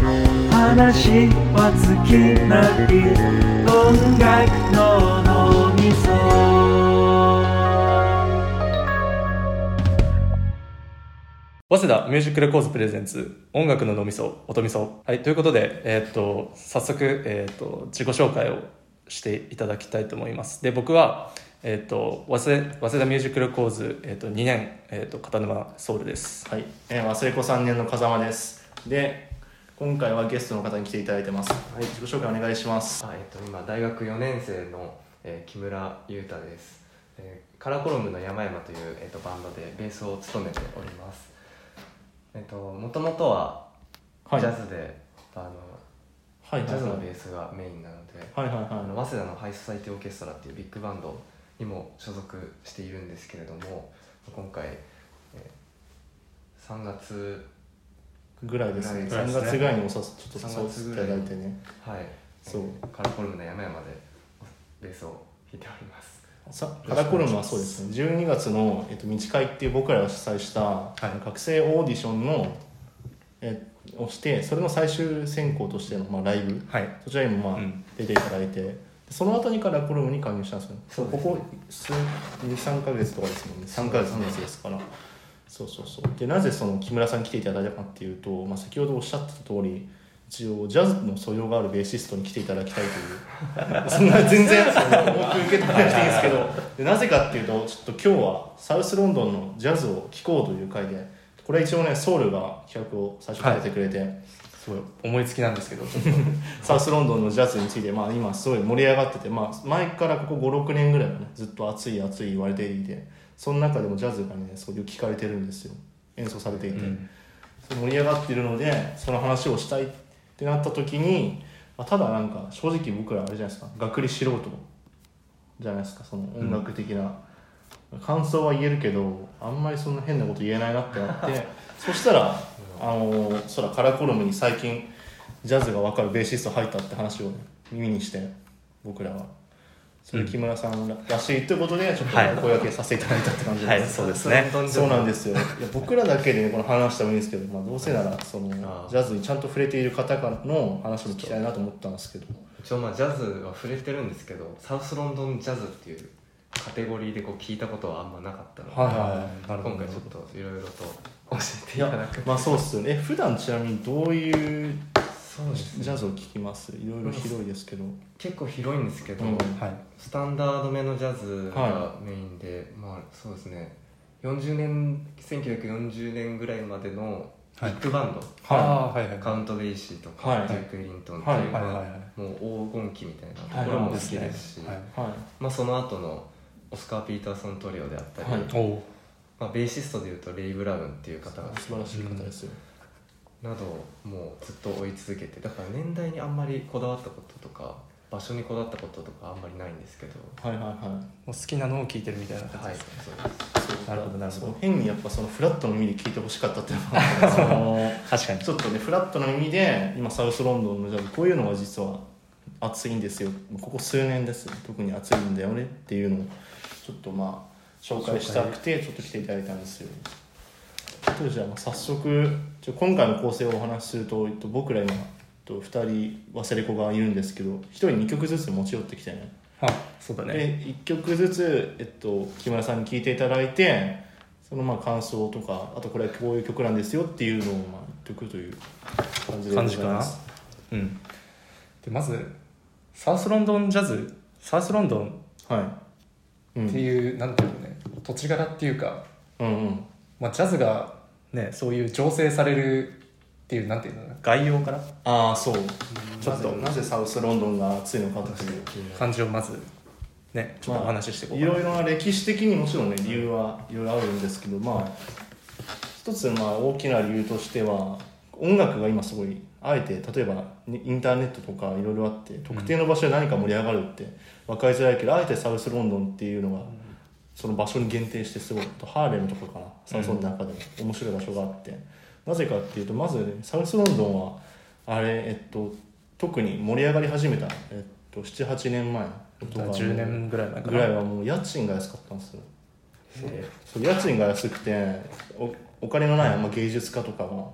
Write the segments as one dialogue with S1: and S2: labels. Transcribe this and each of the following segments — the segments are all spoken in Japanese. S1: 話は尽きない音楽の脳みそ
S2: 早稲田ミュージックレコーズプレゼンツ音楽の脳みそ音みそはいということで、えーっと早速、えーっと自己紹介をしていただきたいと思いますで僕は、えーっと早稲早稲田ミュージックレコーズ、えーっと2年、えーっと片沼ソウルです
S3: はい、えー、忘れ子三年の風間です。で、今回はゲストの方に来ていただいてます。はい、自己紹介お願いします。
S4: あえっと、今大学4年生の、えー木村優太です、えーカラコロムの山々という、えっとバンドでベースを務めておりますえっともともとは
S3: はい
S4: ジャズで、あの
S3: はい、
S4: ジャズのベースがメインなので、
S3: はいはい
S4: あの
S3: は
S4: 早稲田のハイソサイティオーケストラっていうビッグバンドにも所属しているんですけれども今回、えー3月
S3: い。ぐらいですね。
S4: ぐら
S3: 三
S4: いですね
S3: 月ぐらいにおさちょっと
S4: 三
S3: 誘
S4: 月
S3: って
S4: ぐ
S3: い
S4: らい
S3: ただいてね。
S4: はい
S3: そう
S4: えーカラコロムの山々でベースを弾いております
S3: さカラコロムはそうですね。十二月のえっと道会っていう僕らが主催した、あの学生オーディションのえをして、それの最終選考としてのまあライブ、
S2: はい
S3: そちらにもまあ、
S2: うん
S3: 出ていただいて。でその後にカラコロムに加入したんですよね。
S4: そうです
S3: こ
S4: ね
S3: こ数二三ヶ月とかですもんね。三ヶ月のやつですから。そうそうそうでなぜその木村さん来ていただいたかっていうと、まあ、先ほどおっしゃってた通り一応ジャズの素養があるベーシストに来ていただきたいと いうそんな全然僕受け取らなくていいんですけどでなぜかっていうとちょっと今日はサウスロンドンのジャズを聴こうという回でこれは一応ねソウルが企画を最初立ててくれて、すごい
S2: 思いつきなんですけどちょっと
S3: サウスロンドンのジャズについて、まあ、今すごい盛り上がってて、まあ、前からここ56年ぐらいはねずっと熱い熱い言われていてその中でもジャズがねすごいよく聞かれてるんですよ演奏されていて、そう盛り上がってるのでその話をしたいってなった時に、まあ、ただなんか正直僕らあれじゃないですか学理素人じゃないですかその音楽的な。感想は言えるけどあんまりそんな変なこと言えないなってなって そしたらあのそらカラコルムに最近ジャズが分かるベーシスト入ったって話をね、耳にして僕らはそれ木村さんららしいということでちょっとお
S2: はい
S3: 声掛けさせていただいたって感じ
S2: は
S3: で
S2: い
S3: す、
S2: そうですね
S3: そうなんですよいや僕らだけで、ね、この話してもいいんですけど、まあ、どうせならその
S4: あー
S3: ジャズにちゃんと触れている方からの話も聞きたいなと思ったんですけど
S4: 一応まあジャズは触れてるんですけどサウスロンドンジャズっていうカテゴリーでこう聞いたことはあんまなかったので、
S3: はい
S2: なるほど
S4: 今回ちょっといろいろと教えてい
S3: や
S4: ただく
S3: まあそうっすよねえ普段ちなみにどういう
S4: そうです
S3: ジャズを聴きますいろいろ広いですけど、
S4: 結構広いんですけど、
S3: うん
S2: はい
S4: スタンダードめのジャズが
S3: は
S4: メインで、まあそうですね40年1940年ぐらいまでのビ
S2: はい
S4: ッグバンド、
S3: はい
S2: あーはいはい
S4: カウント・ベイシーとか、
S3: はい
S4: ジャック・エリントンって
S2: は
S4: いう、
S2: いはい
S4: ま
S2: は
S4: あ
S2: いは
S4: もう黄金期みたいなところも好きですし、
S2: はい
S3: はい
S4: まあ、その後のオスカー・ピーターソントリオであったり、
S3: はい
S2: おお
S4: まあ、ベーシストでいうとレイ・ブラウンっていう方が
S3: 素晴らしい方ですよ、
S4: などをもうずっと追い続けてだから年代にあんまりこだわったこととか場所にこだわったこととかあんまりないんですけど
S3: はいはいはい
S2: 好きなのを聞いてるみたいな感
S4: は
S2: じ
S4: い
S2: です
S4: そう
S2: か、
S4: です
S2: なるほどなるほ
S3: そう
S2: ど
S3: 変にやっぱそのフラットの耳で聞いてほしかったっていうのがその
S2: 確かに
S3: ちょっとねフラットの耳で今サウスロンドンのジャズこういうのが実は熱いんですよここ数年です特に熱いんだよねっていうのをちょっとまあ紹介したくてちょっと来ていただいたんですよとじゃあまあ早速ちょ今回の構成をお話しすると、えっと、僕ら今えっと2人忘れ子がいるんですけど1人2曲ずつ持ち寄ってきてね
S2: あそうだね
S3: で1曲ずつ、えっと、木村さんに聴いていただいてそのまあ感想とかあとこれはこういう曲なんですよっていうのをまあ言ってくという感じでございます
S2: うんでまずサウスロンドンジャズサウスロンドン
S3: はい、う
S2: って
S3: ん、
S2: いう、なんていうのね土地柄っていうか、
S3: うんうん
S2: まあ、ジャズがねそういう醸成されるっていうなんていうの概要から
S3: ああそうちょっと
S4: なぜ
S3: なぜサウスロンドンが熱いのかという
S4: 気になる
S2: 感じをまずねちょっとお話ししていこう
S3: い
S2: かな、
S3: ろいろな歴史的にもちろんね理由はいろいろあるんですけどまあ一つまあ大きな理由としては音楽が今すごいあえて例えばにインターネットとかいろいろあって特定の場所で何か盛り上がるって分かりづらいけどあえてサウスロンドンっていうのがその場所に限定してすごいあとハーレムとかかなサウスロンドンの中でも面白い場所があってなぜかっていうとまずねサウスロンドンはあれえっと特に盛り上がり始めた、えっと、78年前とか
S2: 10年ぐらい前か
S3: ぐ
S2: な
S3: らいはもう家賃が安かったんですよそう家賃が安くておお金のない、まあ、芸術家とかが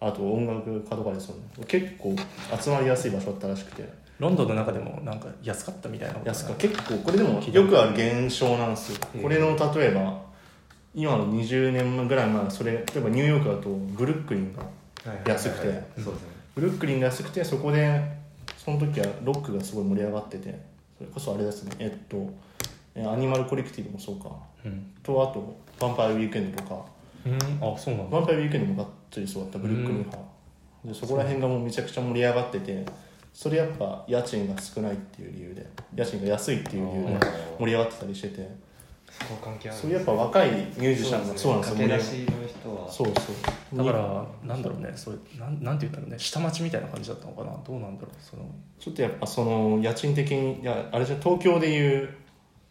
S3: あと音楽家とかですよね結構集まりやすい場所だったらしくて
S2: ロンドンの中でもなんか安かったみたいなこと
S3: 安か結構これでもよくある現象なんですよ
S2: うん
S3: これの例えば今の20年ぐらい前それ例えばニューヨークだとブルックリンが
S4: はいはい
S3: 安くて
S4: そうですね
S3: ブルックリンが安くてそこでその時はロックがすごい盛り上がっててそれこそあれですねえっとえアニマルコレクティブもそうか
S2: うん、
S3: とあと「ヴァンパイアウィークエンド」とか
S2: うん、あそうなん
S3: ヴ
S2: だ
S3: ァンパイアウィークエンドもがっつりそうだったブルックリン派、でそこら辺がもうめちゃくちゃ盛り上がっててそれやっぱ家賃が少ないっていう理由で家賃が安いっていう理由で盛り上がってたりしてて
S4: そこ関係ある
S3: それやっぱ若いミュージシャンがそうなんですよ盛り上
S4: 駆
S3: が
S4: け
S3: る
S4: 出しの人は
S3: そうそう
S2: だからなんだろうねそういうなんなんて言うんだろうね下町みたいな感じだったのかなどうなんだろうその
S3: ちょっとやっぱその家賃的にいやあれじゃん東京でいう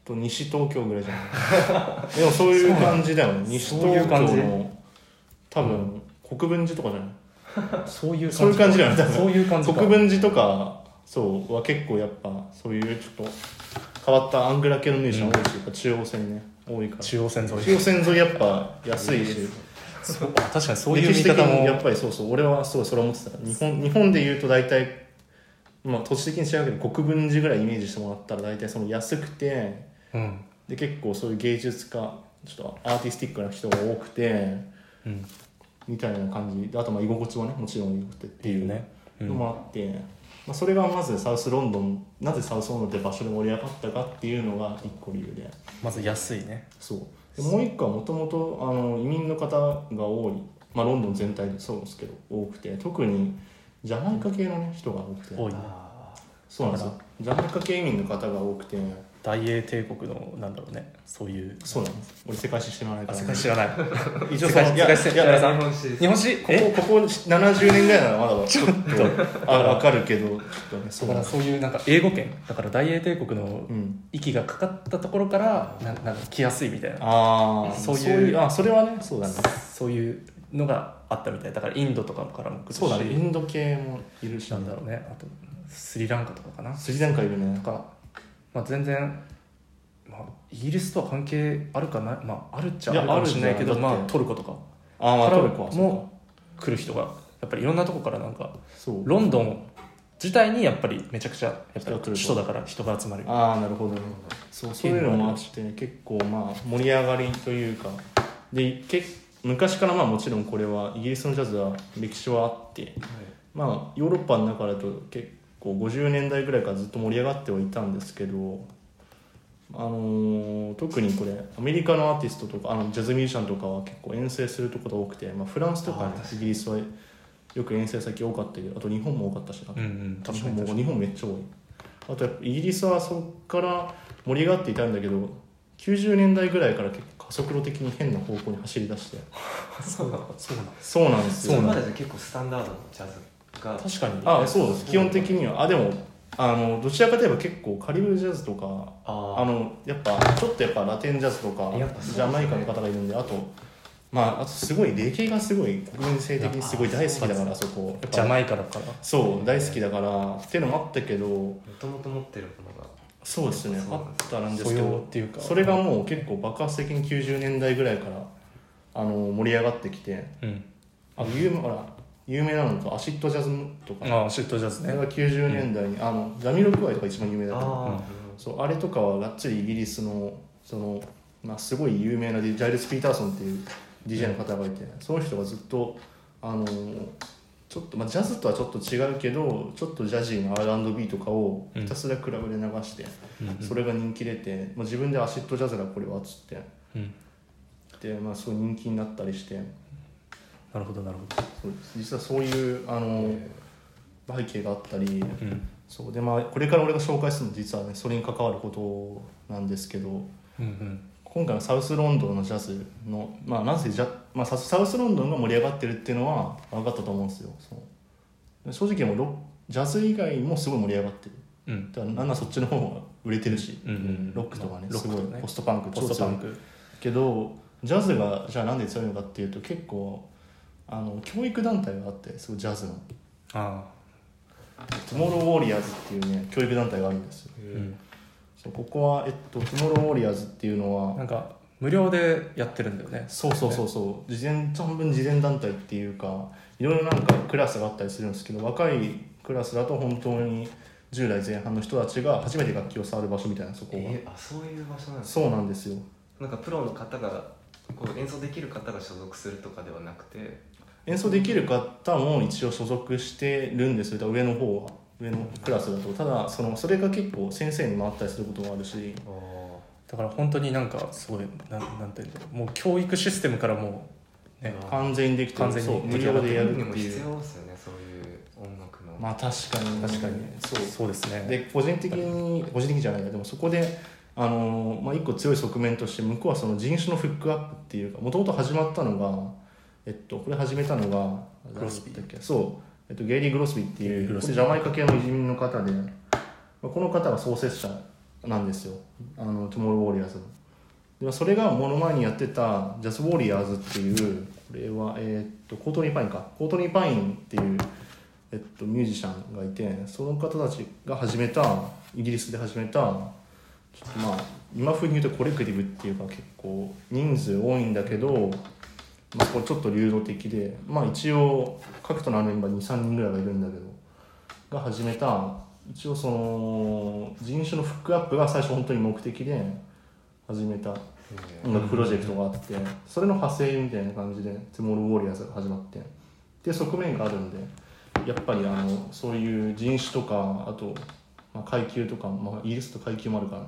S3: と西東京ぐらいじ ゃないでもそういう感じだよね西
S2: そういう
S3: 東
S2: 感じ
S3: 京の多分国分寺とかじゃない
S2: そういう感じ
S3: そういう感じだよね多分
S2: そういう感じか
S3: 国分寺とかそうは結構やっぱそういうちょっと変わったアングラ系のミュージシャン多いし、やっぱ中央線ね多いから中
S2: 中央線沿い
S3: 央線沿いやっぱ安いし
S2: そうあ確かにそういう
S3: 歴
S2: 見
S3: 史的
S2: 方
S3: にやっ
S2: も
S3: ぱりそうそう俺はすごいそれ思ってた日本日本で言うと大体まあ土地的に違うけど国分寺ぐらいイメージしてもらったら大体その安くて
S2: うん
S3: で結構そういう芸術家ちょっとアーティスティックな人が多くて
S2: うん
S3: みたいな感じであとまあ居心地もねもちろん居心地っていう
S2: ねうん
S3: のもあって、まあ、それがまずサウスロンドンなぜサウスロンドンって場所で盛り上がったかっていうのが一個理由で
S2: まず安いね
S3: そうでもう一個はもともと移民の方が多い、まあ、ロンドン全体でそうですけど多くて特にジャマイカ系の、ね、人が多くて
S2: 多いね
S4: あ
S3: そうなんですよジャマイカ系移民の方が多くて
S2: 大英帝国のなんだろうねそういう
S3: そうなんです俺世界史知らないか
S2: あ
S3: ら、
S2: 世界知らない
S3: 一応
S2: 世界
S3: その
S2: 世界史
S3: いやい
S2: 世
S3: や
S2: 界
S4: ー
S2: 史
S4: 日本史です
S2: 日本史
S3: こ
S2: え
S3: こここ70年ぐらいならまだちょっ
S2: ちょ
S3: とあ分かるけどちょっとねそ
S2: だから
S3: うなんです
S2: そういうなんか英語圏だから大英帝国の
S3: うん
S2: 息がかかったところからななんか来やすいみたいな
S3: ああ
S2: そういう
S3: あそれはねそうだね
S2: そういうのがあったみたいだからインドとかからも来るし
S3: そうだねインド系もいるし
S2: なんだろうねあとスリランカとかかな
S3: スリランカいるね
S2: とか、まあ、全然、まあ、イギリスとは関係あるかない、まあ、あるっちゃあ
S3: いや
S2: るかもしれないけど
S3: あるんじゃ
S2: まあ、
S3: ないだって
S2: トルコとか
S3: あーまあ
S2: から
S3: トルコはそう
S2: も来る人がやっぱりいろんなとこからなんか
S3: かそう
S2: ロンドン自体にやっぱりめちゃくちゃやっぱ
S3: 人が来
S2: り
S3: る
S2: 首都だから人が集まる
S3: ああなるほどねそうそういうのもあって結構まあ盛り上がりというかでけ昔からまあもちろんこれはイギリスのジャズは歴史はあってまあヨーロッパの中だと結構50年代ぐらいからずっと盛り上がってはいたんですけどあのー特にこれアメリカのアーティストとかあのジャズミュージシャンとかは結構遠征するところが多くて、まあ、フランスとかねイギリスはよく遠征先多かったけどあと日本も多かったしな
S2: うんうん確
S3: 日
S2: か
S3: 本
S2: に確
S3: も
S2: かに
S3: 日本めっちゃ多いあとやっぱイギリスはそこから盛り上がっていたんだけど90年代ぐらいから結構加速度的に変な方向に走り出してそうなんです
S4: そ
S3: よ
S4: れまでで結構スタンダードのジャズが
S2: 確かに
S3: あそうです基本的にはあでもあのどちらかといえば結構カリブジャズとか
S4: あ
S3: あのやっぱちょっとやっぱラテンジャズとか
S4: やっぱそうですね
S3: ジャマイカの方がいるんであとまああとすごい霊系がすごい国民性的にすごい大好きだからそこやっぱ
S2: ジャマイカだから
S3: そう大好きだからっていうのもあったけど
S4: もともと持ってるものが
S3: そうですね
S4: そう
S3: あ
S4: なんで
S3: ったんで
S2: 素
S3: すけ
S2: 養
S3: ど
S2: っていうか
S3: それがもう結構爆発的に90年代ぐらいからあの盛り上がってきて
S2: うん
S3: あ有名ほら有名なのとアシッドジャズとか
S2: ああシュッとジャズ
S3: あれ
S2: ね
S3: は90年代に、あのジャミロクワイとか一番有名だった
S4: ああ
S3: そうあれとかはがっつりイギリスのその、まあ、すごい有名なディジャイルス・ピーターソンっていう DJ の方がいて、その人がずっとあのちょっと、まあ、ジャズとはちょっと違うけどちょっとジャジーの R&B とかをひたすらクラブで流して、それが人気出て、まあ、自分でアシッドジャズだこれはっつって
S2: うん
S3: で、まあ、すごい人気になったりして
S2: なるほどなるほ
S3: そう実はそういうあの背景があったり。
S2: どうん
S3: そうでまあこれから俺が紹介するの実はねそれに関わることなんですけど
S2: うんうん
S3: 今回のサウスロンドンのジャズの、まあ、なぜジャ、まあ、ササウスロンドンが盛り上がってるっていうのは分かったと思うんですよそう正直もうロジャズ以外もすごい盛り上がってる
S2: うん
S3: だからなんならそっちの方が売れてるし、
S2: うんうん
S3: ロックとかね,、
S2: ロッ
S3: す
S2: クと
S3: ご
S2: か
S3: い
S2: ね
S3: ポストパンク
S2: ポストパンク
S3: けどジャズがじゃあなんで強いのかっていうと結構あの教育団体があってすごいジャズの
S2: あ
S3: トゥモロー・ウォリアーズっていうね教育団体があるんですよ
S2: あうん
S3: そうここは、えっと、トゥモロー・ウォリアーズっていうの
S2: な
S3: は
S2: んか無料でやってるんだよね
S3: そうそうそうそう事前半分事前団体っていうかいろいろなんかクラスがあったりするんですけど若いクラスだと本当に10代前半の人たちが初めて楽器を触る場所みたいなそこが、
S4: えーあそういう場所なんですか
S3: そうなんですよ
S4: なんかプロの方がこう演奏できる方が所属するとかではなくて
S3: 演奏できる方も一応所属してるんですよ上の方は上のクラスだとただそのそれが結構先生に回ったりすることもあるし
S2: だから本当になんかすごいなんなんていうんだろうもう教育システムからもうね
S4: あ
S3: 完全にできて
S2: 完
S3: る
S2: 全に
S3: そう無
S2: 出来上が
S3: 料
S2: ってる
S3: で
S4: や
S3: や
S4: る
S3: る
S4: に
S3: っ
S4: も
S3: てい
S4: 必
S3: う
S4: 要ですよねそういう音楽の、
S3: まあ確かに
S2: 確かに
S3: そう
S2: そうですね
S3: で個人的に個人的じゃないやでもそこであのー、まあ、一個強い側面として向こうはその人種のフックアップっていうかもともと始まったのが、えっと、これ始めたのが
S2: グロスビー
S3: 誰だっけそう、えっと、ゲイリー・グロスビーって
S2: ゲイリ
S3: い
S2: ーグ
S3: う
S2: ロ
S3: こ
S2: ス
S3: れ
S2: ビー
S3: ジャマイカ系の移民の方で、まあこの方が創設者なんですよあのトゥモロー・ウォリアーズの。でまあそれがもの前にやってたジャス・ウォリアーズっていうこれは、えーっとコートニー・パインかコートニー・パインっていう、えっと、ミュージシャンがいてその方たちが始めたイギリスで始めたちょっとまあ今風に言うとコレクティブっていうか結構人数多いんだけど、まあ、これちょっと流動的でまあ一応核となるメンバー23人ぐらいがいるんだけどが始めた一応その人種のフックアップが最初本当に目的で始めた音楽プロジェクトがあってそれの派生みたいな感じで「トゥモロー・ウォリアーズ」が始まってっていう側面があるんでやっぱりあのそういう人種とかあと、まあ、階級とか、まあ、イギリスと階級もあるから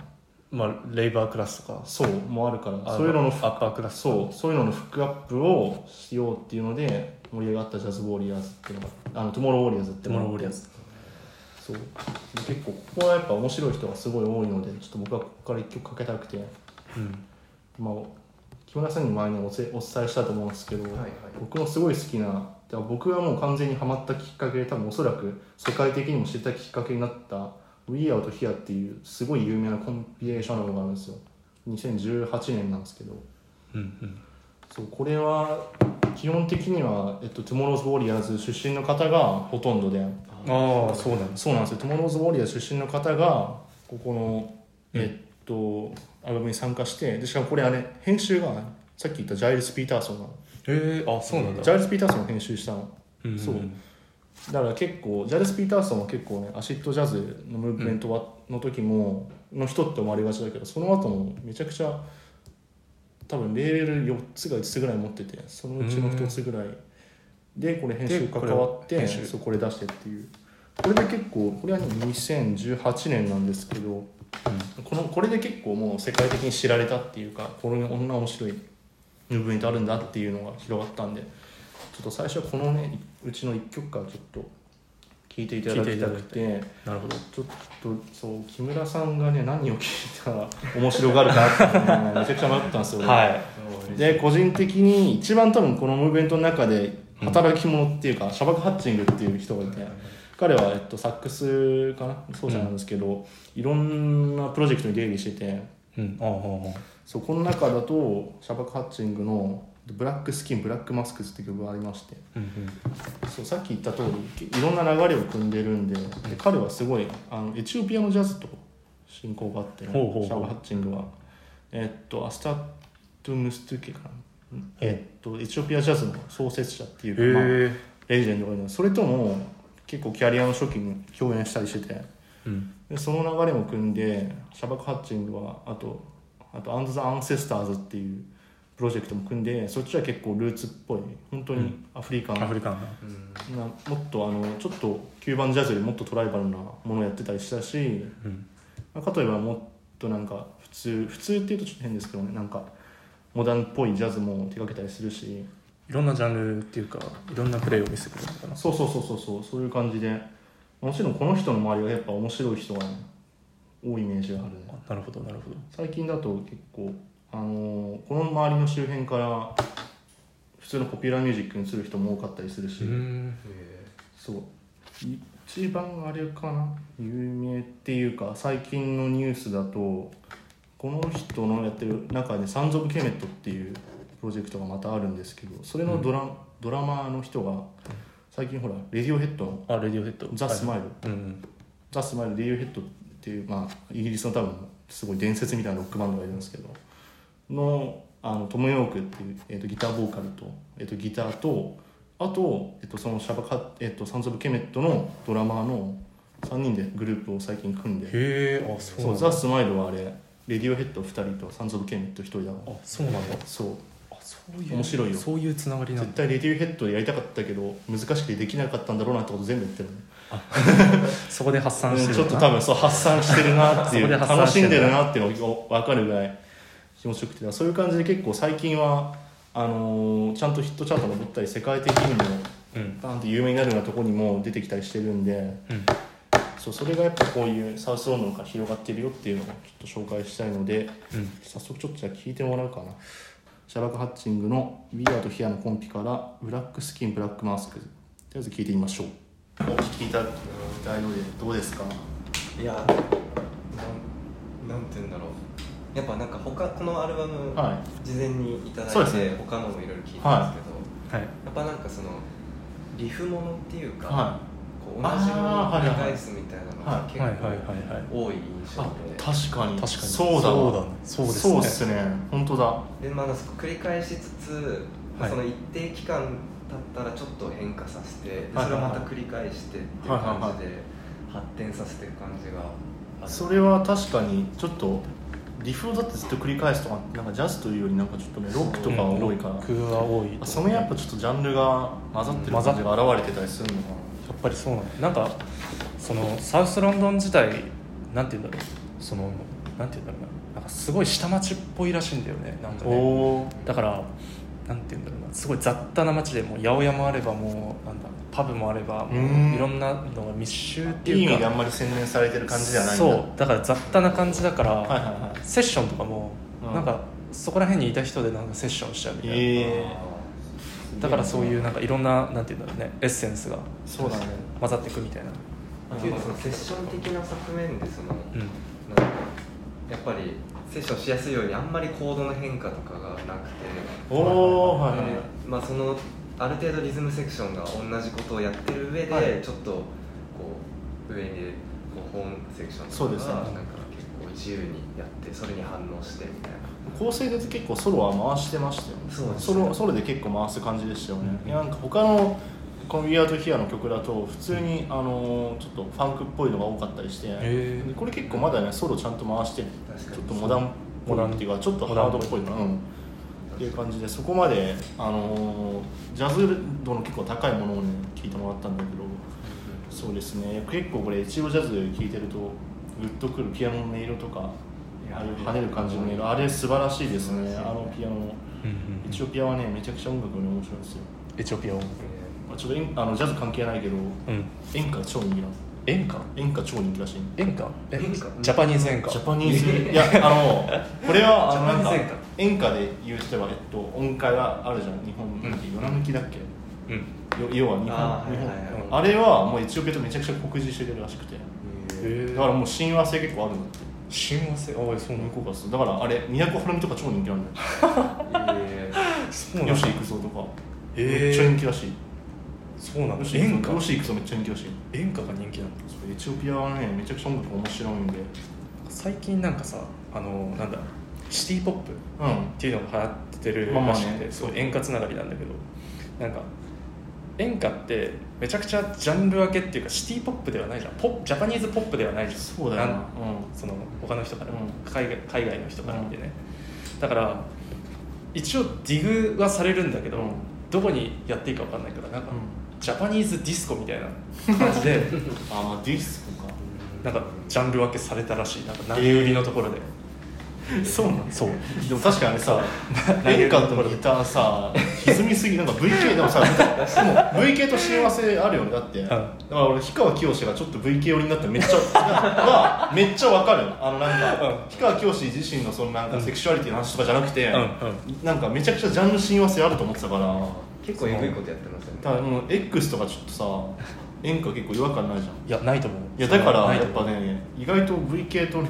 S2: まあ、レイバークラスとか
S3: そうもあるから
S2: あ
S3: そういうのの
S2: アッパークラス
S3: そうそういうののフックアップをしようっていうので盛り上がったジャズ・ウォリアーズっていうのがあのトゥモロー・ウォリアーズっ
S2: ト
S3: ていう
S2: ゥ
S3: の
S2: モ
S3: が
S2: ローウォリアーズ
S3: そう結構ここはやっぱ面白い人がすごい多いのでちょっと僕はここから一曲かけたくて、まあ、木村さんに前におせお伝えしたと思うんですけど、
S4: はいはい
S3: 僕のすごい好きなで僕がもう完全にハマったきっかけで多分おそらく世界的にも知ったきっかけになった「We Out Here」っていうすごい有名なコンピレーションアルバムがあるんですよ2018年なんですけど
S2: うん
S3: そうこれは基本的には、えっと、トゥモローズ・ウォリアーズ出身の方がほとんどで
S2: うんああそうなんです
S3: そうなんですよトゥモローズ・ウォリアーズ出身の方がここの、
S2: うん
S3: えっとアルバムに参加してでしかもこれあれ編集がさっき言ったジャイルス・ピーターソンが
S2: へえあそうなんだ
S3: ジャイルス・ピーターソンが編集したの
S2: うんうんうん
S3: そうだから結構ジャイルス・ピーターソンは結構ねアシッドジャズのムーブメントは、の時もの人って思われがちだけどその後もめちゃくちゃ多分レーベル4つか5つぐらい持っててそのうちの1つぐらいでこれ編集
S2: でこ
S3: 関
S2: れ
S3: わって
S2: 編集
S3: そうこれ出してっていうこれで結構これはね2018年なんですけど、このこれで結構もう世界的に知られたっていうかこの女面白いムーブメントあるんだっていうのが広がったんでちょっと最初はこのねうちの1曲からちょっと聞いていただきたくて
S2: なるほど
S3: ちょっとそう木村さんがね何を聞いたら面白がるかっていうのをねめちゃくちゃ迷ったんですよ、俺
S2: は
S3: で個人的に一番多分このムーブメントの中で働き者っていうか、シャバク・ハッチングっていう人がいて、彼は、えっと、サックスかな奏者なんですけど、いろんなプロジェクトに出入りしてて
S2: いうんあああああ
S3: そうこの中だとシャバク・ハッチングの「ブラックスキンブラックマスクス」って曲がありまして
S2: あうんうん
S3: そうさっき言った通りいろんな流れを組んでるんでで彼はすごいあのエチオピアのジャズと親交があって、
S2: ほうほうほう
S3: シャバハッチングはえっとアスタトゥムストゥケかな、えっとエチオピアジャズの創設者っていうか、ま
S2: へ
S3: あ
S2: え
S3: レジェンドがいるのそれとも結構キャリアの初期に共演したりしてて
S2: うん
S3: でその流れも組んでシャバク・ハッチングはあとあと「アンド・ザ・アンセスターズ」っていうプロジェクトも組んでそっちは結構ルーツっぽい本当にアフリカン、
S2: アフリカンな
S4: うん
S3: なもっとあのちょっとキューバンジャズよりもっとトライバルなものをやってたりしたし、
S2: うん
S3: まあ、かといえばもっとなんか普通普通っていうとちょっと変ですけどねなんかモダンっぽいジャズも手掛けたりするし
S2: いろんなジャンルっていうかいろんなプレイを見せてくれるのかな
S3: そうそうそうそうそうそういう感じでもちろんこの人の周りはやっぱ面白い人が、ね、多いイメージがあるね
S2: あなるほどなるほど
S3: 最近だと結構、あのーこの周りの周辺から普通のポピュラーミュージックにする人も多かったりするし、
S2: ん
S4: え
S3: そう一番あれかな有名っていうか最近のニュースだとこの人のやってる中で「サンズ・オブ・ケメット」っていうプロジェクトがまたあるんですけどそれのドラ,、ドラマーの人が最近ほら「レディオヘッド」の
S2: あレディオヘッド
S3: 「ザ・スマイル」
S2: はいうん
S3: ザ・スマイル・レディオヘッドっていう、まあ、イギリスの多分すごい伝説みたいなロックバンドがいるんですけどのあのトム・ヨークっていう、えっとギターボーカルと、えっとギターとあと、えっとそのシャバカ、えっとサンズ・オブ・ケメットのドラマーの3人でグループを最近組んで
S2: へえあそう
S3: そ
S2: な
S3: うんザ・
S2: だ
S3: スマイルはあれレディオヘッド2人とサンズ・オブ・ケメット1人だから
S2: あそうなんだ
S3: そう
S2: あそういう
S3: 面白いよ
S2: そういうつながりなん
S3: 絶
S2: だ
S3: 対レディオヘッドやりたかったけど難しくてできなかったんだろうなってこと全部言ってるね
S2: そこで発散して
S3: うん
S2: る
S3: ちょっと多分そう発散してるなってい
S2: そこ
S3: う
S2: で発散
S3: 楽
S2: して
S3: し
S2: ん
S3: ん
S2: だ
S3: でるなっていうのが分かるぐらい気持ちよくてそういう感じで結構最近はあのーちゃんとヒットチャート登ったり世界的にも
S2: うん
S3: バーンって有名になるようなところにも出てきたりしてるんで
S2: うん
S3: そうそれがやっぱこういうサウスロンドンから広がってるよっていうのをちょっと紹介したいので
S2: うん
S3: 早速ちょっとじゃあ聞いてもらうかなシャラクハッチングの「We Are と Here」のコンピから「ブラックスキンブラックマスク」とりあえず聞いてみましょうお聴きいただいたようでどうですか
S4: いやなんなんて言うんだろうやっぱなんか他このアルバム、
S3: は
S4: 事前にいただいて、
S3: そうですね
S4: 他のもいろいろ聞いたんですけど、
S2: はい
S4: やっぱなんかそのリフものっていうか、
S3: は
S4: こう同じものを
S3: あーはいはい
S4: 繰り返すみたいなのが
S3: はい
S4: 結
S2: はいはいはい
S4: 構
S2: はい
S4: 多い印
S3: いあ
S4: 象で、
S3: 確か
S2: 確
S3: に
S2: かに
S3: そうだ
S2: そう
S3: わ
S2: だねそうですね
S3: そうっすね本当だ
S4: でまあなんかそこ繰り返しつつ、
S2: はい
S4: その一定期間経ったらちょっと変化させて、で
S3: はい
S4: それをまた繰り返してっていう感じで発展させてる感じがある
S3: それは確かにちょっとリフをだってずっと繰り返すとかなんかジャズというよりなんかちょっとねロックとかが多いから、
S2: 僕は多い
S3: あそのやっぱちょっとジャンルが混ざってる感じが現れてたりするのかな
S2: やっぱりそうなんなんかそのサウスロンドン自体なんて言うんだろうそのなんて言うんだろうななんかすごい下町っぽいらしいんだよねなんかね
S3: おー
S2: だからなんて言うんだろうなすごい雑多な町でもう八百屋もあればもうなんだパブもあればもう
S3: うん
S2: いろんなのが密集って
S3: い
S2: い
S3: い意
S2: うか
S3: 味であんまり洗練されてる感じじゃないんだ
S2: そうだから雑多な感じだから、
S3: はいはいはい
S2: セッションとかも、
S3: うん
S2: なんかそこら辺にいた人でなんかセッションしちゃうみたいな、
S3: ええ
S2: だからそういうなんかいろんななんて言うんだろうねエッセンスが
S3: そうだね
S2: 混ざってくみたいな、
S4: あとまあそのセッション的な側面でその、
S2: うん、
S4: なんかやっぱりセッションしやすいようにあんまりコードの変化とかがなくて、
S3: おおはいはい
S4: でまあ、そのある程度リズムセクションが同じことをやってる上で、
S3: はい
S4: ちょっとこう上にこうホーンセクション
S3: そう
S4: と
S3: です
S4: か
S3: ね
S4: がなんか結構自由にやってそれに反応してみたいな
S3: 構成で結構ソロは回してましたよね
S4: そうです
S3: ソ
S4: ね
S3: ロソロで結構回す感じでしたよね、
S2: うん
S3: いやなんか他のこの「We Are to Here」の曲だと普通に、あのーちょっとファンクっぽいのが多かったりして、
S2: え
S3: これ結構まだねソロちゃんと回してる
S4: 確かに
S3: ちょっとモダンっぽいっていうかちょっとハードっぽいな、うん、っていう感じでそこまで、あのージャズ度の結構高いものをね聞いてもらったんだけどそうですね結構これ一応ジャズ聴いてるとグッとくるピアノの音色とかああいう跳ねる感じの音色あれ素晴らしいですねあのピアノエチオピアはねめちゃくちゃ音楽がね面白いんですよ、
S2: エチオピア音楽
S3: まあ、ちょっと演あのジャズ関係ないけど
S2: うん
S3: 演歌超人気なんです
S2: 演歌
S3: 演歌超人気らしい
S2: 演歌え
S4: 演歌
S2: ジャパニーズ演歌
S3: ジャパニーズいやあのこれはあのなんか
S4: ジャパ
S3: 演歌で言う例えば、えっと、音階があるじゃん日本なんて夜抜きだっけ、
S2: うん
S3: よ要は日本
S4: あー
S3: 日本、
S4: はいはいはい
S3: あれはもうエチオピアとめちゃくちゃ酷似してるらしくて
S4: えー
S3: だからもう親和性結構あるんだって
S2: 親和性ああそうな
S3: 向
S2: ん
S3: こうからするとだからあれ都はるみとか超人気なんだ
S2: そうなん
S3: よ
S4: えー
S2: だ
S3: 吉幾三とかめっちゃ
S2: へ
S3: 人気らしい
S2: そうなんだ
S3: 吉
S2: 演
S3: 幾
S2: 歌
S3: 三吉幾三めっちゃ人気らしい
S2: 演歌が人気なんだ
S3: そうエチオピアはねめちゃくちゃ音楽面白いんで
S2: 最近なんかさあのなんだシティポップっ
S3: うん
S2: ていうのが流行ってる
S3: まあま
S2: ら
S3: あ
S2: しく
S3: ね
S2: てすごい演歌つながりなんだけどなんか演歌ってめちゃくちゃジャンル分けっていうかシティポップではないじゃんポップジャパニーズポップではないじゃん
S3: そうだよ
S2: な
S3: なうん
S2: んその他の人から、
S3: うん
S2: 海外海外の人から見てね、だから一応ディグはされるんだけど、
S3: うん
S2: どこにやっていいか分かんないからなんか、
S3: うん
S2: ジャパニーズディスコみたいな感じで
S3: あまあディスコか
S2: なんかジャンル分けされたらしいなんか投げ売りのところで、 そうなんそう
S3: でも確か にさ演歌とギターさ歪みすぎなんか VK でもさでも VK と親和性あるよねだって、だから俺氷川きよしがちょっと VK 寄りになってめっちゃ がめっちゃわかるあのなんか
S2: うん
S3: 氷川きよし自身のそのなんかセクシュアリティの話とかじゃなくて、
S2: うん
S3: なんかめちゃくちゃジャンル親和性あると思ってたから
S4: 結構えぐいことやっ てますよね
S3: だからもう X とかちょっとさ演歌結構違和感ないじゃん
S2: いやないと思う
S3: いやだから
S2: ない
S3: や
S2: と
S3: っ
S2: 思
S3: ぱ
S2: う
S3: ね意外と VK とね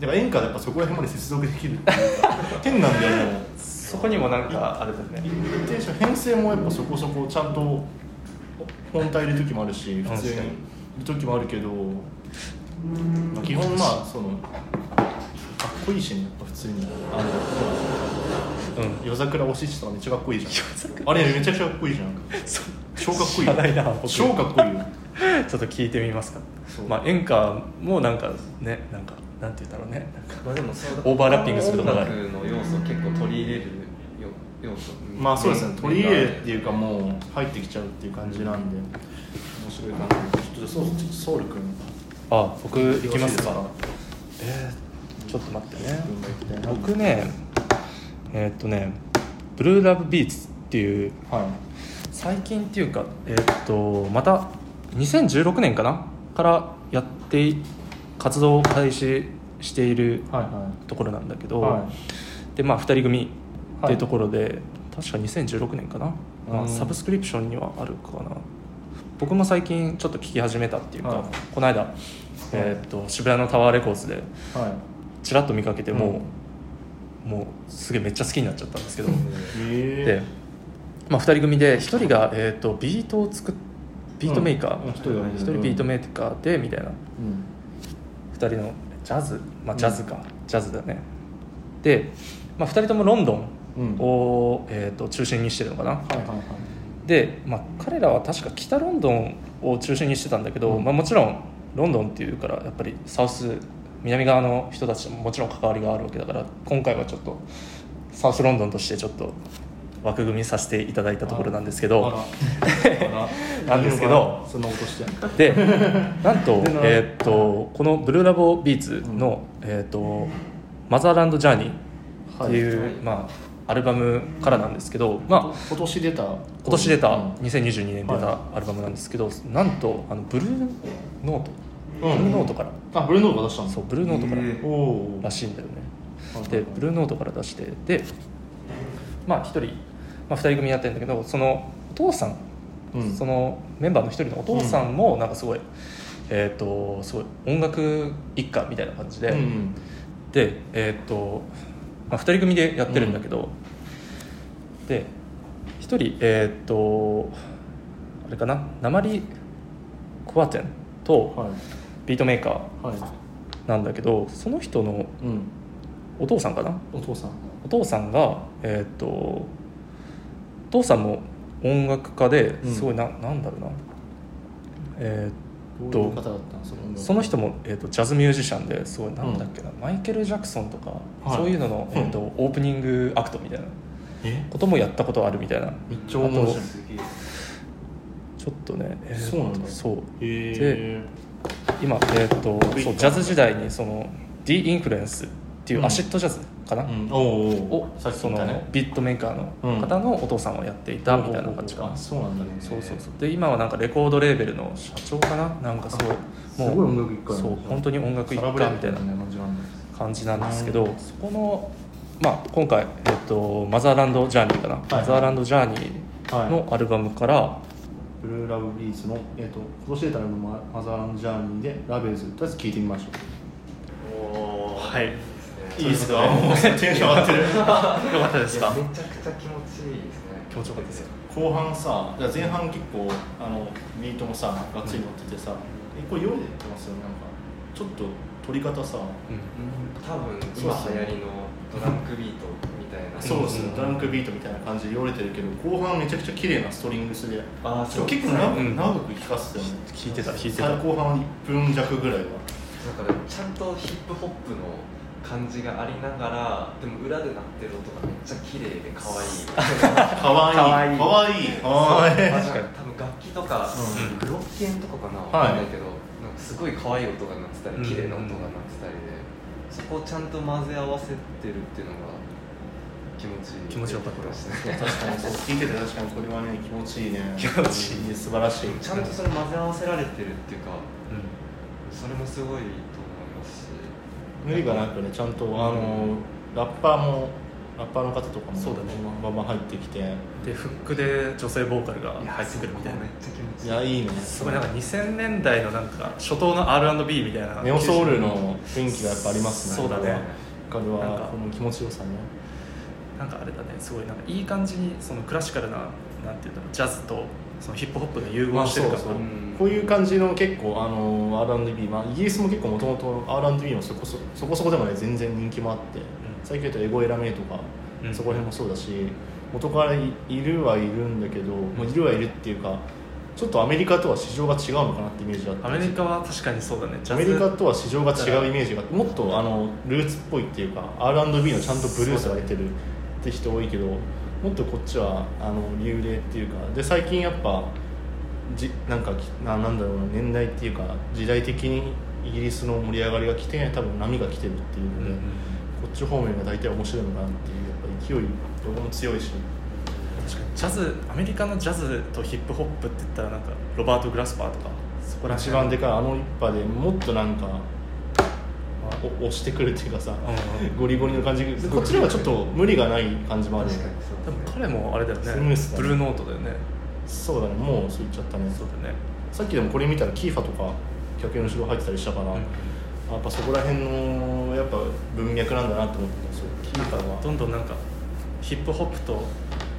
S3: だから演歌でやっぱそこら辺まで接続できるってい うか変なんだよね
S2: そこにもなんかあれだよ
S3: 一
S2: ね
S3: 定数編成もやっぱそこそこちゃんと本体いる時もあるし普通にいる時もあるけど、まあ、基本まあそのかっこいいしねやっぱ普通にあの
S2: うん
S3: 夜桜おしちとかめっちゃかっこいいじゃんあれめちゃくちゃかっこいいじゃん
S2: そう
S3: 超かっこいい
S2: 知らないな
S3: よ
S2: 僕
S3: 超かっこいいよ
S2: ちょっと聞いてみますか
S3: そう
S2: まあ演歌もなんかねなんかなんて言うんだろうねなんか
S4: まあでもそう
S2: オーバーラッピングすることがない
S4: 音楽の要素を結構取り入れるよ要素
S3: まあそうですね
S4: 面
S3: 取り入れっていうかもう入ってきちゃうっていう感じなんで、面白い感じちょっとソウルソウル君
S2: あ僕行きますか
S3: よろ
S2: えー、ちょっと待ってね
S3: 君が行きたいな
S2: 僕ねえーっとねブルーラブビーツっていう
S3: は
S2: 最近っていうかえーっとまた2016年かなからやってい活動を開始している
S3: いはいは
S2: ところなんだけ
S3: い
S2: ど、
S3: は
S2: でまあ2人組って
S3: はい
S2: いうところで、確か2016年かな、まあ
S3: うん
S2: サブスクリプションにはあるかな僕も最近ちょっと聞き始めたっていうか、
S3: はい
S2: この間、えーっと渋谷のタワーレコーズで
S3: いはい
S2: ちらっと見かけてもう、もうすげえめっちゃ好きになっちゃったんですけどで
S3: え、
S2: まあ、2人組で1人が、えー、とビートを作っビートメーカー、
S3: うんうん一
S2: 一
S3: 人がね
S2: 人ビートメーカーでみたいな
S3: ーう
S2: 2
S3: ん、
S2: 人のジャズまあ
S3: うん
S2: ジャズか、ジャズだねで、まあ、2人ともロンドン
S3: うん
S2: を、えー、と中心にしてるのかな
S3: はいはいはい
S2: で、まあ、彼らは確か北ロンドンを中心にしてたんだけど、
S3: うん
S2: まあ、もちろんロンドンっていうからやっぱりサウス南側の人たちとももちろん関わりがあるわけだから今回はちょっとサウスロンドンとしてちょっと枠組みさせていただいたところなんですけど
S3: あら
S2: なんですけど
S3: そんな音してやんか
S2: でなんと
S3: でな
S2: えーっとこの「ブルーラボビーツの」えーっとマザーランド・ジャーニー」っていう、
S4: はい
S2: まあ、アルバムからなんですけど、まあ、
S3: 今年出た今
S2: 今年出た
S3: うん
S2: 2022年出た
S3: は
S2: アルバムなんですけど、なんとあのブルーノート、
S3: うん
S2: ブルーノートから、
S3: あブルーノートが出したん
S2: そうブルーノートか
S4: へ
S2: ら
S4: ー
S3: おお
S2: らしいんだよね、
S3: はい
S2: でブルーノートから出してでまあ1人、まあ、2人組になってるんだけどそのお父さん、
S3: うん
S2: そのメンバーの1人のお父さんもなんかすごい、えーっ、とすごい音楽一家みたいな感じで、
S3: うんうん
S2: でえーっと、まあ、2人組でやってるんだけど、で1人えーっとあれかな鉛コアテンと
S3: は
S2: ビートメーカ
S3: いは
S2: ーなんだけどその人の
S3: いうん
S2: お父さんかな
S3: お父さん
S2: お父さんがえーっとお父さんも音楽家で
S3: うん
S2: すごいな,、なんだろうなえーっ
S3: ど
S2: と
S3: ういう方だったのその
S2: その人も、えー、とジャズミュージシャンですごいなんだっけな、マイケル・ジャクソンとか、
S3: はい
S2: そういうのの、えー、とオープニングアクトみたいな
S3: え
S2: こともやったことあるみたいな
S3: めっちゃ面白い
S2: あ
S4: 白い
S2: とちょっとね、えー
S3: そうなんだ
S2: そう
S3: へ
S2: 今、えー、と
S3: いい
S2: そ
S3: か
S2: うジャズ時代にその D インフルエンスっていうアシッドジャズかな、
S3: えうんおー
S2: を
S3: おーさっき
S2: そ
S3: 言った
S2: の
S3: ね
S2: ビットメーカーの方のお父さんをやっていたみたいな感じかな、
S3: おーおーおーあそうなんだね
S2: そうそうそうで今はなんかレコードレーベルの社長かななんかすごい
S3: すごい音楽一家だね
S2: そう本当に音楽一
S3: サ
S2: 家
S3: ラ
S2: み
S3: ブレ
S2: たい
S3: ッド
S2: な
S3: 感じなんだ
S2: 感じなんですけど、そこの、まあ、今回、えっと、マザーランド・ジャーニーかな、マザーランド・ジャーニーのアルバムから、
S3: ブルーラブリーズの、えー、と今年出たのママザーランドジャーニーでラベルズとりあえず聞いてみましょ
S4: おー
S2: はい
S3: ういいですかもうテンション上がってる
S2: よかったで
S4: い
S2: す
S4: や
S2: か
S4: めちゃくちゃ気持ちいいですね
S2: 気持ちよかったですよ
S3: 後半さじゃあ前半結構あのビートもさがっつり乗っててさ、えこれ用意でやってますよなんかちょっと取り方さ
S4: うん多分
S3: そうっす
S4: 今
S3: ね
S4: 流行りのドランクビートみたいな
S3: そうですね、
S2: うん
S3: ドランクビートみたいな感じで用れてるけど後半めちゃくちゃ綺麗なストリングスで
S4: あー
S3: しか
S4: そ
S3: も
S4: う
S3: 結構長,、
S2: うん
S3: 長く聴かせてたよね
S2: 聞いてた聞いて
S3: 最
S2: た
S3: 後半は1分弱ぐらいは
S4: だからちゃんとヒップホップの感じがありながらでも裏で鳴ってる音がめっちゃ綺麗で可愛い
S3: かわいいかわいいかわいい
S2: 確かに
S4: 多分楽器とか、
S3: うん
S4: グロッケンとかかな、わ
S3: はい
S4: かんないけどなんかすごい可愛い音が鳴ってたり
S2: うん
S4: 綺麗な音が鳴ってたりで、そこをちゃんと混ぜ合わせてるっていうのが気持ちいい
S2: 気持ちよかっ た
S4: でしたね
S3: 確かにそう聞いてて確かにこれはね気持ちいいね
S2: 気持ちいい
S3: い素晴らしい
S4: ちゃんとそれ混ぜ合わせられてるっていうかそれもすごいと思いますし
S3: 無理がなくねちゃんとあのラッパーもラッパーの方とかも
S2: そうだね
S3: バンバン入ってきてい
S2: でフックで女性ボーカルが入ってくるみたいな
S4: めっちゃ気持ちいい
S3: やいいね
S2: すごいなんか2000年代のなんか初頭の R&B みたいな
S3: ネオソウルの雰囲気がやっぱあります
S2: そ
S3: ね
S2: うだね
S3: これ
S2: なんか
S3: はこの気持ちよさね
S2: なんかあれだねすごいなんかいい感じにそのクラシカルななんていうんだろうジャズとそのヒップホップが融合してるから、
S3: まあそうそう
S4: うん
S3: こういう感じの結構あの R&B、まあ、イギリスも結構もともと R&B もそこそそこそこでもね全然人気もあって、
S2: ん
S3: 最近言うとエゴエラメイとか、
S2: うんうん
S3: そこら辺もそうだし元からいいるはいるんだけど、もういるはいるっていうかちょっとアメリカとは市場が違うのかなってイメージだった
S2: アメリカは確かにそうだねジ
S3: ア
S2: ャ
S3: メ
S2: ズ
S3: リカとは市場が違うイメージがあってもっとあのルーツっぽいっていうか R&B のちゃんとブルースが出てるって人多いけどもっとこっちはあの流麗っていうかで最近やっぱじなんかきななんだろうな年代っていうか時代的にイギリスの盛り上がりが来て多分波が来てるっていう
S2: う
S3: ので、
S2: んうん
S3: こっち方面が大体面白いのかなっていうやっぱ勢いどこも強いし
S2: 確かにジャズアメリカのジャズとヒップホップって言ったらなんかロバート・グラスパーとかそこら
S3: 一
S2: 辺
S3: 番でかいあの一派でもっとなんかお押してくるっていうかさ、
S2: うんうん
S3: ゴリゴリの感じこっちの方がちょっと無理がない感じもある
S4: 確かにそう
S2: 多分彼もあれだよね
S3: スムースだね
S2: ブルーノートだよね
S3: そうだねもうそう言っちゃったね
S2: そうだよね
S3: さっきでもこれ見たらキーファとか客用の城入ってたりしたから、
S2: うん
S3: やっぱそこら辺のやっぱ文脈なんだなと思ってたそうキーファは
S2: どんどんなんかヒップホップと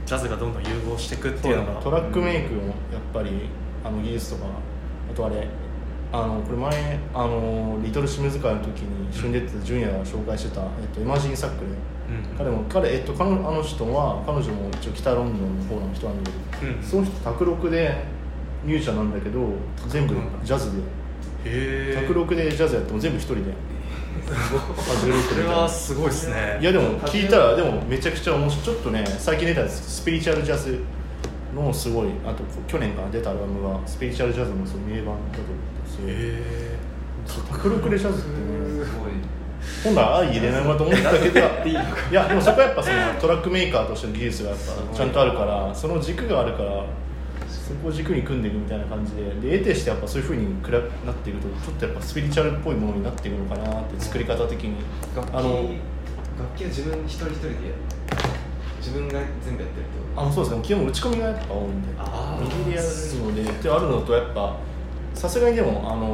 S2: ジャズがどんどん融合していくって
S3: そう
S2: いう
S3: だ
S2: の
S3: ね
S2: が
S3: トラックメイクのやっぱりあの技術とかあとあれあのこれ前あのリトルシムズ会の時に一緒に出てたジュニアが紹介してた、えっと、エマージンサックで
S2: うん
S3: 彼も彼、えっと、彼女あの人は彼女も一応北ロンドンの方の人なんだけど、
S2: うん
S3: その人卓六でミュージシャンなんだけど全部
S2: うん
S3: ジャズで
S2: へえ
S3: 卓六でジャズやっても全部一人で
S2: こ
S3: 86みたい
S2: れ
S3: な
S2: はすごいですね
S3: いやでも聞いたらでもめちゃくちゃ面白いちょっとね最近出たやつスピリチュアルジャズのすごいあと去年から出たアルバムがスピリチュアルジャズのその名盤だと思ってすごい
S2: へ
S3: 迫力でジャズってね
S4: すごい
S3: 本来相入れないなと思ってたけどいやでもそこはやっぱそのトラックメーカーとしての技術がやっぱちゃんとあるからその軸があるからそこを軸に組んでいくみたいな感じでで得てしてやっぱそういうふうに暗くなっていくとちょっとやっぱスピリチュアルっぽいものになっていくのかなって作り方的に
S4: 楽器
S3: あの
S4: 楽器は自分一人一人でやる自分が全部やってるってこと
S3: あのそうですね基本打ち込みがやっぱ多いんで
S4: あー
S3: 右でやるのでってあるのとやっぱさすがにでもあの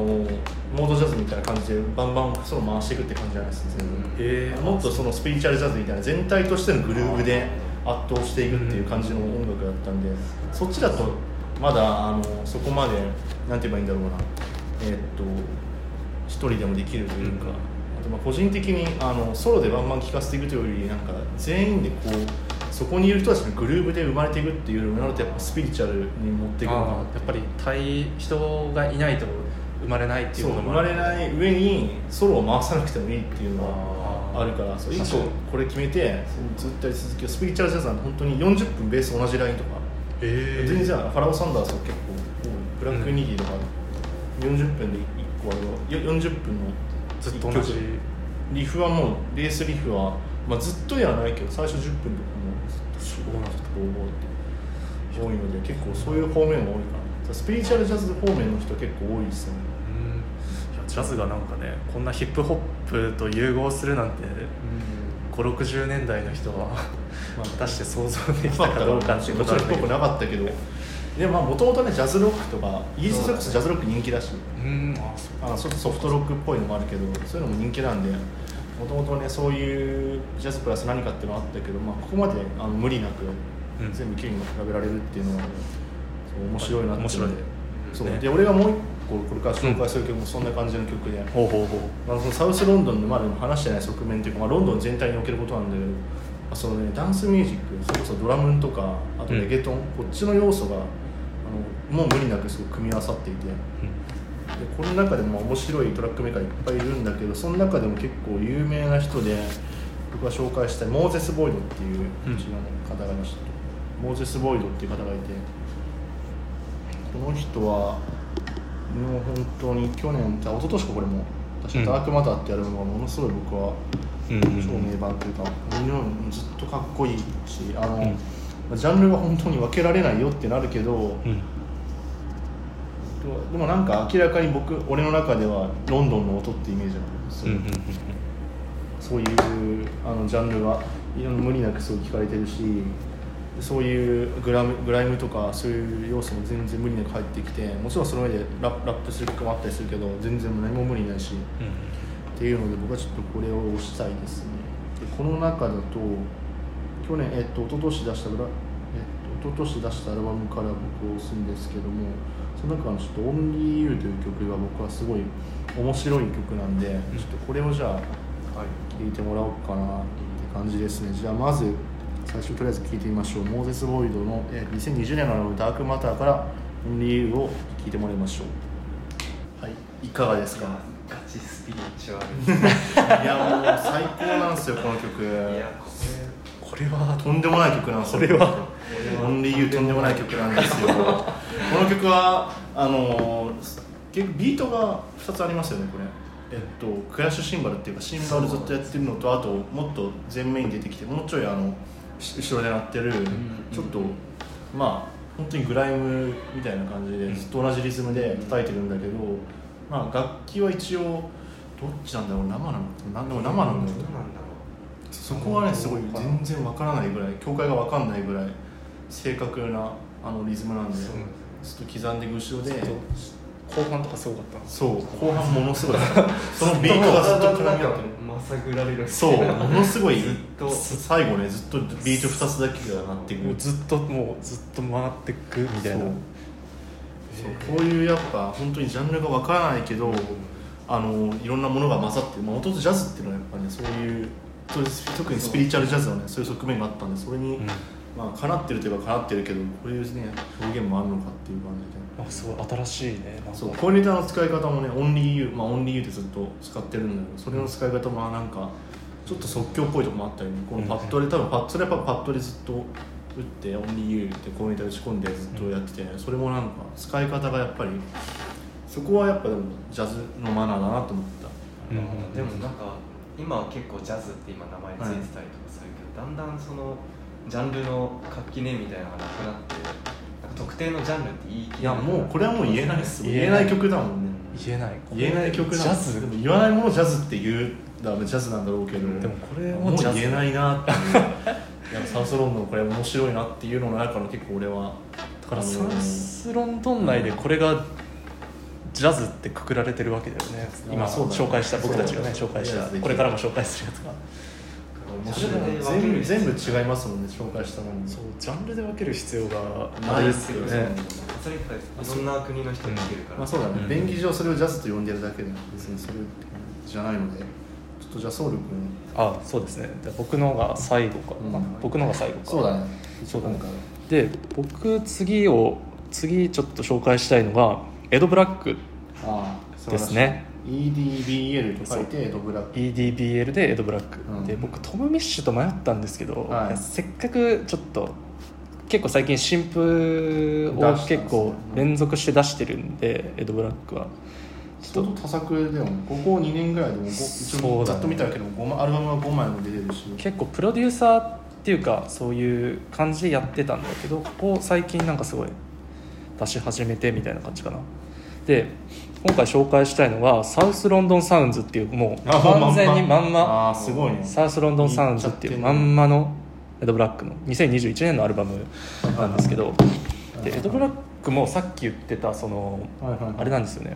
S3: モードジャズみたいな感じでバンバンその回していくって感じじゃないです全部
S2: えへえ
S3: もっとそのスピリチュアルジャズみたいな全体としてのグルーヴで圧倒していくっていう感じの音楽だったんで、そっちだとまだあのそこまでなんて言えばいいんだろうなえーっと一人でもできるというか、
S2: うん
S3: あとまあ個人的にあのソロでバンバン聴かせていくというよりなんか全員でこうそこにいる人たちのグルーヴで生まれていくっていうようになるとやっぱスピリチュアルに持っていくのかな
S2: あーやっぱり対人がいないと生まれないっていう
S3: そう
S2: こと
S3: 生
S2: も
S3: ま
S2: ある
S3: れない上にソロを回さなくてもいいっていうの
S2: あー
S3: があるからそう
S2: 確
S3: 一
S2: かに
S3: 個これ決めてずっとやり続けるスピリチュアルジャズなんて本当に40分ベース同じラインとか
S2: へえ
S3: 全然ファラオ・サンダースは結構ブラック・ニギーとか40分で1個あれはよ40分の
S2: ずっと同じ
S3: 一曲リフはもうレースリフは、まあ、ずっとではないけど最初10分とかもうずっと
S2: すごいな
S3: ボーボーって多いので結構そういう方面が多いかなスピリチュアルジャズ方面の人結構多いですね
S2: うんいやジャズがなんかねこんなヒップホップと融合するなんて560年代の人は
S3: まあ
S2: 果たして想像でき
S3: ま
S2: た
S3: あ
S2: かどうかっていう
S3: も
S2: ことな
S3: ちろんっ
S2: んだ
S3: ぽ
S2: け
S3: く
S2: ど
S3: なかったけどでももともとねジャズロックとかイギリスそれこそジャズロック人気だし
S2: うんあそう
S3: あのちょっとソフトロックっぽいのもあるけどそういうのも人気なんでもともとねそういうジャズプラス何かっていうのはあったけど、まあ、ここまであの無理なく
S2: うん
S3: 全部きれいに比べられるっていうのはそう面白いなって
S2: 面白い
S3: そう、
S2: ね
S3: で俺がもう一個これから紹介する曲もそんな感じの曲で、
S2: ほうほうほう
S3: まあ、そのサウスロンドンのまでも話してない側面というか、まあ、ロンドン全体におけることなんだけど、まあそのね、ダンスミュージックそれこそドラムとかあとレゲトン、こっちの要素があのもう無理なくすごい組み合わさっていてでこの中でも面白いトラックメーカーいっぱいいるんだけどその中でも結構有名な人で僕が紹介したいモーゼス・ボイドっていう
S2: うん
S3: うちの方がいました、モーゼス・ボイドっていう方がいてこの人はもう本当に去年あ一昨年かこれも確
S2: うん
S3: か「ダークマター」ってやるのがものすごい僕は
S2: うん
S3: 超名盤というか、みんなもずっとかっこいいしあの、
S2: ん
S3: まあジャンルは本当に分けられないよってなるけど、
S2: うん
S3: でもなんか明らかに僕俺の中ではロンドンの音ってイメージなんです
S2: うんう
S3: よ、
S2: ん
S3: そういうあのジャンルはいろんな無理なくすごい聞かれてるしそういうグラムグライムとかそういう要素も全然無理なく入ってきてもちろんその上でラップラップする曲もあったりするけど全然何も無理ないしっていうので僕はちょっとこれを推したいですねでこの中だと去年えっと一昨年出したブラえっと一昨年出したアルバムから僕を推すんですけどもその中のちょっと「Only You」という曲が僕はすごい面白い曲なんで、ちょっとこれをじゃあ
S4: はい
S3: 聞いてもらおうかなって感じですねじゃあまず最初とりあえず聞いてみましょうモーゼス・ボイドのえー2020年のアルバム「ダークマター」から「理由」を聞いてもらいましょうはいいかがですか
S4: ガチスピリチュアル
S3: いやもう最高なんですよこの曲
S4: いやこ
S3: これはとんでもない曲なんですよこれは「オンリーユー」とんでもない曲なんですよこの曲はあのー結構ビートが2つありますよねこれえっとクラッシュシンバルっていうかシンバルずっとやってるのとあともっと前面に出てきてもうちょいあのし後ろで鳴ってるちょっとまあ本当にグライムみたいな感じでずっと同じリズムで叩いてるんだけどまあ楽器は一応どっちなんだろう生なのなんでも生なんだろう
S4: どうなんだろ
S3: そこはねすごい全然わからないぐらい境界がわかんないぐらい正確なあのリズムなんで
S4: う
S3: ち
S4: そう
S3: ょ
S4: なんで
S3: っと刻んでいく後ろで
S2: 後半とかすごかったんです
S3: そう後半ものすごいそのビートがずっと絡み合ってる
S4: まさぐられる
S3: そうものすごい
S4: ずっと
S3: 最後ねずっとビート2つだけが鳴っていく
S2: もうずっともうずっと回ってくみたいな
S3: そうそうこういうやっぱ本当にジャンルがわからないけどあのいろんなものが混ざってもともとジャズっていうのはやっぱねそういうそういう特にスピリチュアルジャズのねそういう側面があったんでそれに、
S2: うん
S3: まあかなってるといえばかなってるけどこういうね表現もあるのかっていう感じで。
S2: あすごい新しいねなんか
S3: そうコーディネーターの使い方もね「オンリーユー」まあ「オンリーユー」ってずっと使ってるんだけどそれの使い方もなんかちょっと即興っぽいとこもあったりねこのパッドで多分パッそれはやっぱパッドでずっと打って「オンリーユー」ってコーディネーター打ち込んでずっとやってて、それもなんか使い方がやっぱりそこはやっぱでもジャズのマナーだなと思った
S2: うんうん
S4: でもなんか今は結構ジャズって今名前ついてたりとかするけど、だんだんそのジャンルの垣根みたいなのがなくなってなんか特定のジャンルっていい気
S3: いやもうこれはもう言えないっす言
S2: 言
S3: え
S2: え
S3: な
S2: ない
S3: い曲だもんね
S2: 言えない
S3: 言えない曲なん
S2: ジャズ
S3: でも言わないものをジャズって言うだからジャズなんだろうけど、
S2: でもこれ
S3: も
S2: も
S3: う
S2: ジャズ
S3: 言えないなっていういやサウスロンドンこれ面白いなっていうのの中の結構俺は
S2: だから
S3: あの
S2: サウスロンドン内でこれがジャズってくくられてるわけだよね今
S3: あそうだね
S2: 紹介した僕たちがね
S3: そう
S2: 紹介し
S3: いや
S2: た
S3: ぜひ
S2: これからも紹介するやつが
S3: 面白いな
S4: ジャンルで分け
S3: 全
S4: る
S3: 部全部違いますもんね紹介したものも
S2: そうジャンルで分ける必要が
S3: ないですよね
S4: それっていろんな国の人に聞けるから、
S3: まあそうだね、
S2: うん
S3: 便宜上それをジャズと呼んでるだけで別にそれじゃないのでちょっとじゃあ総力君
S2: あそうですねで僕のが最後かな、
S3: うん
S2: 僕のが最後か
S3: そうだね
S2: そうだね
S3: 今回は
S2: で僕次を次ちょっと紹介したいのがエド・ブラック
S3: ああ素晴
S2: で
S3: らしい
S2: すね
S3: EDBL と書いてエドブラック
S2: EDBL でエド・ブラック、
S3: うん
S2: で僕トム・ミッシュと迷ったんですけど、
S3: はい
S2: せっかくちょっと結構最近新譜を
S3: 出したんですね
S2: 結構連続して出してるんでエド・ブラックはちょ
S3: 相
S2: っと
S3: 当多作でもねここ2年ぐらいでもご一
S2: そうだ
S3: 応
S2: ね
S3: ざっと見たけど五枚アルバムは5枚も出てるし
S2: 結構プロデューサーっていうかそういう感じでやってたんだけどここ最近なんかすごい出し始めてみたいな感じかなで今回紹介したいのがサウスロンドンサウンズっていうもう完全にまんま
S3: あーすごいね
S2: サウスロンドンサウンズっていうまんまのエド・ブラックの2021年のアルバムなんですけどでエド・ブラックもさっき言ってたその
S3: はいはいはい
S2: あれなんですよね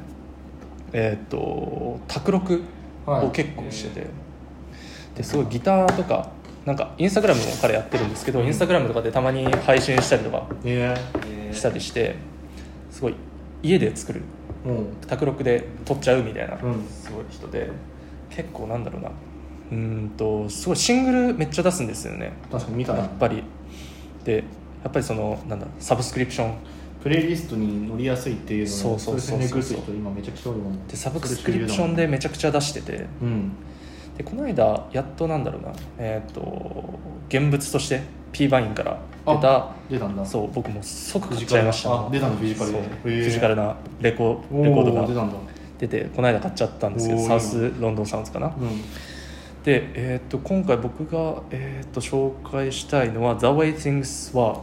S2: えーっと卓録を結構してて、ですごいギターとかなんかインスタグラムも彼やってるんですけど、インスタグラムとかでたまに配信したりとか
S3: え
S4: えー
S2: したりしてすごい家で作る
S3: えもう
S2: 卓録で撮っちゃうみたいな、
S3: うん
S2: すごい人で結構なんだろうなうーんとすごいシングルめっちゃ出すんですよね
S3: 確かに見た
S2: や
S3: な
S2: っぱりでやっぱりそのなんだろうサブスクリプション
S3: プレイリストに乗りやすいっていうので
S2: そうそうそうそう
S3: れ戦略打つ人今めちゃくちゃ多いもん
S2: でサブスクリプションでめちゃくちゃ出してて
S3: うん
S2: でこの間やっとなんだろうなえっ、と現物として P バインから出た
S3: 出たんだう
S2: そう僕も即買っちゃいました
S3: あ出たのフィジカルで
S2: そうフ
S3: へえ
S2: ィジカルなレコ
S3: お
S2: レコード
S3: 出た
S2: が
S3: んだ
S2: 出てこの間買っちゃったんですけ
S3: お
S2: ど
S3: ー
S2: サウスロンドンサウンズかな
S3: うん
S2: で、えー、と今回僕が、えー、と紹介したいのは「The Way Things Were」っ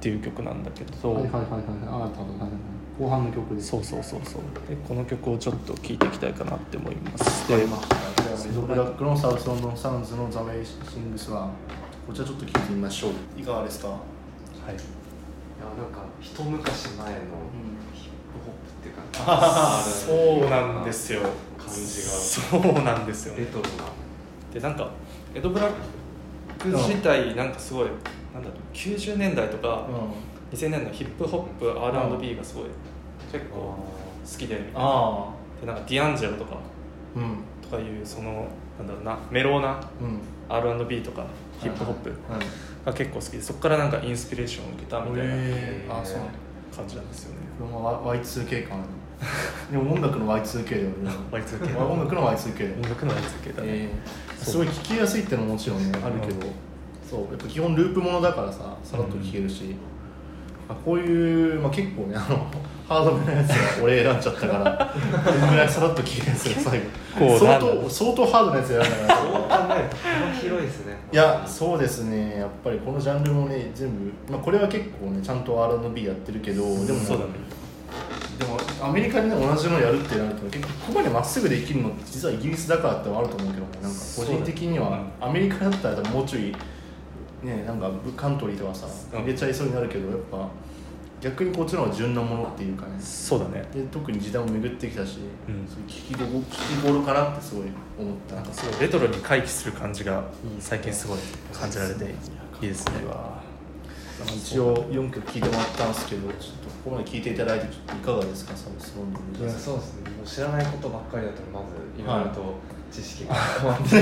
S2: ていう曲なんだけど、
S3: はいはいはいはいああったあったはいはい後半の曲です
S2: そうそうそうそうでこの曲をちょっと聴いていきたいかなって思います
S3: わか
S2: で
S3: りましたじゃあエドブラックのサウスロンドンサウンズのザ・ウェイシングスはこちらちょっと聞いてみましょういかがですか
S2: はい
S4: いやなんか一昔前のヒップホップって
S2: よ
S4: いうか、感じ
S2: そうなんですよ
S4: がレトロ
S2: でなんかエド・ブラック自体なんかすごいなんだろう90年代とか
S3: うん
S2: 2000年代のヒップホップ R&B がすごい結
S4: な
S2: 構好きでみたいな
S3: あ
S2: でなんかディアンジェロとか
S3: あうん
S2: とかいうそのなんだろうなメローな
S3: うん
S2: R&B とかヒップホップ
S3: はい
S2: が結構好きでそこからなんかインスピレーションを受けたみたいな
S3: えー、あそう
S2: 感じなんですよね
S3: これも Y- Y2K かなでも音楽の Y2K だよ ね
S2: Y2K
S3: 音楽の Y2K
S2: 音楽のやつ系だね、
S3: えーすごい聞きやすいってのももちろんねあるけど、そうやっぱ基本ループものだからささらっと聴けるし、あこういう、まあ、結構ねあのハードめなやつは俺選んじゃったからこれぐらいさらっと聴けるやつが最
S2: こ
S3: 後
S2: う
S3: 相
S2: なん
S3: 当相当ハードなやつ選んだから
S4: そう考えると幅広いですね
S3: いやそうですねやっぱりこのジャンルもね全部、まあ、これは結構ねちゃんと R&B やってるけどでも
S2: そうだね
S3: でもアメリカで、ね、同じのやるってなると結構ここまでまっすぐできるのって実はイギリスだからってのもあると思うけどねなんか個人的に
S2: そうだ
S3: は
S2: ね
S3: アメリカだったらもうちょいねなんかカントリーとかさ
S2: うん
S3: 入れちゃいそうになるけどやっぱ逆にこっちの方が純なものっていうかね
S2: そうだね
S3: で特に時代も巡ってきたし、
S2: うん
S3: そういう聞きどこ聞き頃かなってすごい思った
S2: なんかすごいレトロに回帰する感じが最近すごい感じられていいですね
S3: 一応4曲聴いてもらったんですけどちょっとここまで聴いていただいてちょっといかがですかサウスロンドンのジャ
S4: いや
S3: ズ
S4: そうですねもう知らないことばっかりだとまずいろいろと知識が 変わって、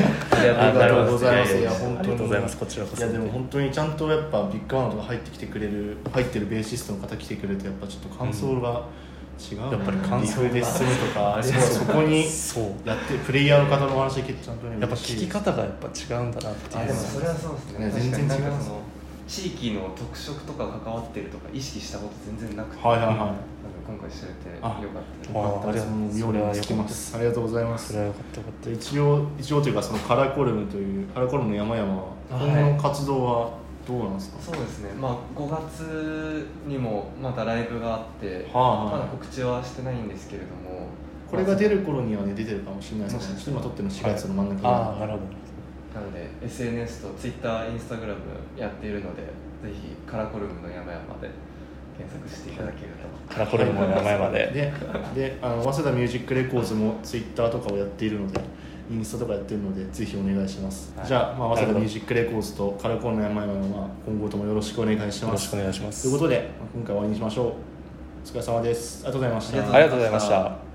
S3: ありがとうご
S4: ます
S3: ざいます
S2: いやいや
S3: いや本当に
S2: ありがとうございますこちらこ
S3: い
S2: そ
S3: やでも本当にちゃんとやっぱビッグバンドが入ってきてくれる入ってるベーシストの方来てくれてやっぱちょっと感想が違うね、
S2: やっぱり感想が
S3: リフで進むとかそうそこに
S2: そう
S3: やってプレイヤーの方のお話聞いてちゃんとね
S2: やっぱ聞き
S3: 嬉しい
S2: 方がやっぱ違うんだなって
S4: あ
S2: い
S4: で
S2: う
S4: もそれはそうですね
S3: ね
S4: 確か
S3: 全
S4: に
S3: 然違う
S4: なんかその地域の特色とか関わってるとか意識したこと全然なくて、
S3: はいはい
S4: なんか
S3: は
S4: 今回知れてよか
S3: あ
S4: った
S3: い
S4: で
S2: あ
S3: よかったです
S2: あ
S3: もう
S2: りがとう
S3: 妙に聞きますありがとうございます
S2: それはよかったよかった
S3: で一応一応というかそのカラーコルムというカラーコルムの山々は
S4: あ
S3: 今後の活動はどうなんですか、
S4: すそうですねまあ5月にもまたライブがあって、
S3: はいはい
S4: まだ告知はしてないんですけれども
S3: これが出る頃にはね出てるかもしれないですけど、
S4: もしかし
S3: ち
S4: た
S3: ょっと今撮ってるの4月の真ん中
S2: ああなるほ
S4: なので SNS と TwitterInstagram やっているのでぜひカラコルムの山々で検索していただける
S2: どカラコルムの名前まで
S3: でであの早稲田ミュージックレコーズもツイッターとかをやっているのでインスタとかやってるのでぜひお願いします、
S4: はい
S3: じゃあ、まあ、
S2: な
S3: 早
S2: るほ
S3: 稲
S2: ど
S3: 田ミュージックレコーズとカラコンの山々の、まあ、今後ともよろしくお願いし
S2: よ
S3: ま
S2: ろし
S3: す
S2: くお願いします
S3: ということで、まあ今回は終わりにしましょうお疲れ様ですありがとうございました
S4: ありがとうございま
S2: ありがとうございました